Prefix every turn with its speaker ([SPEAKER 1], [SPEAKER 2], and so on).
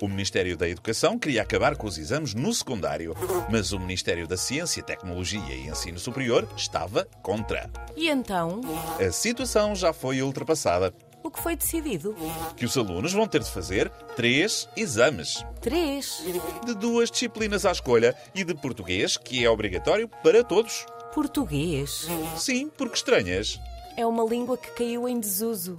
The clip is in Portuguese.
[SPEAKER 1] O Ministério da Educação queria acabar com os exames no secundário, mas o Ministério da Ciência, Tecnologia e Ensino Superior estava contra.
[SPEAKER 2] E então,
[SPEAKER 1] A situação já foi ultrapassada,
[SPEAKER 2] o que foi decidido?
[SPEAKER 1] que os alunos vão ter de fazer três exames.
[SPEAKER 2] Três.
[SPEAKER 1] De duas disciplinas à escolha e de português, que é obrigatório para todos.
[SPEAKER 2] Português.
[SPEAKER 1] Sim, porque estranhas.
[SPEAKER 2] É uma língua que caiu em desuso.